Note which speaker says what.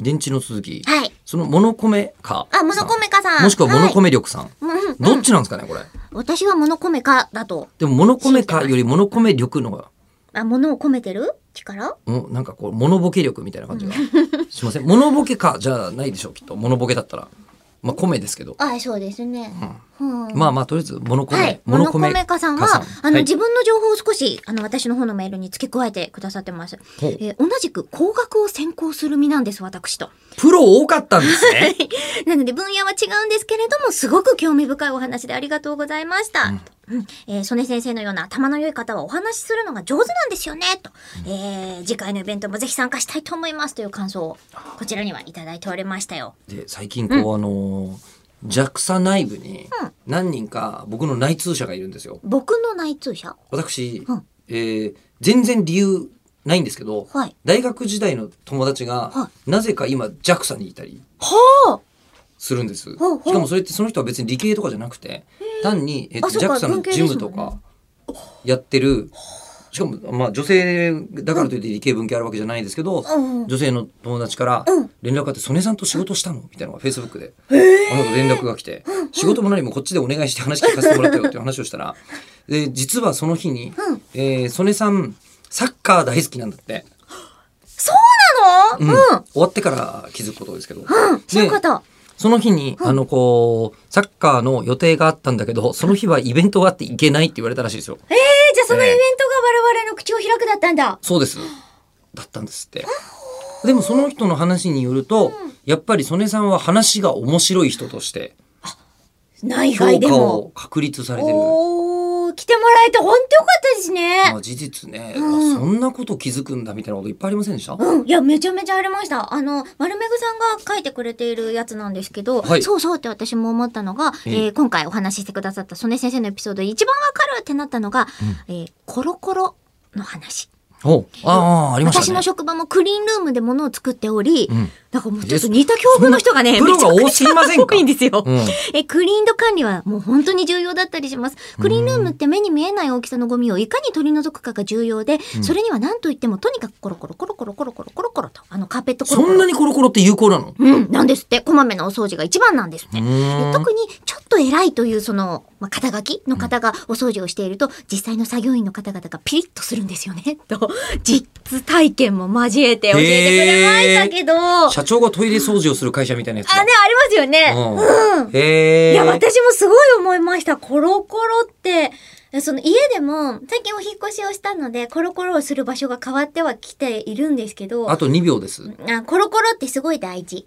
Speaker 1: 電池の続き、
Speaker 2: はい。
Speaker 1: そのモノコメか
Speaker 2: あモノコメカさん
Speaker 1: もしくはモノコメ力さん、
Speaker 2: うんうん
Speaker 1: どっちなんですかねこれ
Speaker 2: 私はモノコメカだと。
Speaker 1: でもモノコメかよりモノコメ力の方が
Speaker 2: あ、モノを込めてる力
Speaker 1: うんなんかこうモノボケ力みたいな感じがしませんモノボケかじゃないでしょうきっとモノボケだったらまあ米ですけど、
Speaker 2: あ、そうですね。うん
Speaker 1: まあまあとりあえずモノコメ、
Speaker 2: はい、モノコメカさんは、あの、
Speaker 1: はい
Speaker 2: 自分の情報を少し、あの、私の方のメールに付け加えてくださってます。
Speaker 1: ほう
Speaker 2: えー同じく工学を専攻する身なんです、私と。
Speaker 1: プロ多かったんですね
Speaker 2: なので、分野は違うんですけれども、すごく興味深いお話でありがとうございました。うんえー曽根先生のような頭の良い方はお話しするのが上手なんですよね、と。えー次回のイベントもぜひ参加したいと思いますという感想を、こちらにはいただいておりましたよ。
Speaker 1: で最近こう、あのー JAXA 内部に何人か僕の内通者がいるんですよ
Speaker 2: 僕の内通者
Speaker 1: 私、
Speaker 2: うん
Speaker 1: えー全然理由ないんですけど、
Speaker 2: はい
Speaker 1: 大学時代の友達が、
Speaker 2: は
Speaker 1: なぜか今 JAXA にいたり
Speaker 2: はあ
Speaker 1: するんですし
Speaker 2: ほうほう
Speaker 1: かもそれってその人は別に理系とかじゃなくて単に、えっと
Speaker 2: あそうか
Speaker 1: JAXA の
Speaker 2: 文系
Speaker 1: 事務
Speaker 2: です
Speaker 1: と
Speaker 2: もんね
Speaker 1: かやってるしかもまあ女性だからといって理系文系あるわけじゃないですけど、
Speaker 2: うんうん
Speaker 1: 女性の友達から
Speaker 2: うん
Speaker 1: 連絡があって「曽根さんと仕事したの?」みたいなのが Facebook であなた連絡が来て「仕事も何もこっちでお願いして話聞かせてもらったよ」っていう話をしたらで実はその日に
Speaker 2: うん
Speaker 1: えー曽根さんサッカー大好きなんだって、
Speaker 2: そうなのうん、
Speaker 1: 終わってから気づくことですけど、
Speaker 2: そう
Speaker 1: で
Speaker 2: いうこと。
Speaker 1: その日に、あの、こう、サッカーの予定があったんだけど、その日はイベントがあって行けないって言われたらしいですよ。
Speaker 2: えーじゃあそのイ
Speaker 1: ええ
Speaker 2: ベントが我々の口を開くだったんだ。
Speaker 1: そうです。だったんですって。でもその人の話によると、やっぱり曽根さんは話が面白い人として、
Speaker 2: 内
Speaker 1: 評
Speaker 2: 外で
Speaker 1: 価
Speaker 2: も。
Speaker 1: を確立されてる。
Speaker 2: おー、来てもらえて本当よかったですね
Speaker 1: まあ。事実ね、
Speaker 2: うん
Speaker 1: あそんなこと気づくんだみたいなこといっぱいありませんでした、
Speaker 2: うん、いや、めちゃめちゃありました。あの、丸めぐさんが書いてくれているやつなんですけど、
Speaker 1: はい
Speaker 2: そうそうって私も思ったのが、え
Speaker 1: ええ
Speaker 2: ー今回お話ししてくださった曽根先生のエピソードで一番わかるってなったのが、えーコロコロの話。
Speaker 1: おああ、ありましたね。
Speaker 2: 私の職場もクリーンルームで物を作っており、
Speaker 1: ん
Speaker 2: なんかもうちょっと似た境遇の人がね、
Speaker 1: えそんなプロが多すぎませんか
Speaker 2: めちゃくちゃ多いんですよ。
Speaker 1: うん
Speaker 2: え、クリーン度管理はもう本当に重要だったりします。クリーンルームって目に見えない大きさのゴミをいかに取り除くかが重要で、それには何と言ってもとにかくコロコロコロコロコロコロコロコロと、あのカーペットコロ
Speaker 1: そ
Speaker 2: コ
Speaker 1: んな
Speaker 2: ロ。
Speaker 1: にコロコロって有効なの
Speaker 2: うん、なんですって。こまめなお掃除が一番なんですって。
Speaker 1: う
Speaker 2: で
Speaker 1: ーん
Speaker 2: 特にちょっと偉いというその、まあ、肩書きの方がお掃除をしていると、実際の作業員の方々がピリッとするんですよね。と、実体験も交えて教えてくれましたけど、あ、ね、
Speaker 1: 社長がトイレ掃除をする会社みたいなやつだ
Speaker 2: ありますよね。
Speaker 1: う
Speaker 2: うん
Speaker 1: ん。へえ。
Speaker 2: いや、私もすごい思いました。コロコロって、えその家でも、最近お引っ越しをしたので、コロコロをする場所が変わってはきているんですけど、
Speaker 1: あ
Speaker 2: あ
Speaker 1: と2秒です。
Speaker 2: コロコロってすごい大事。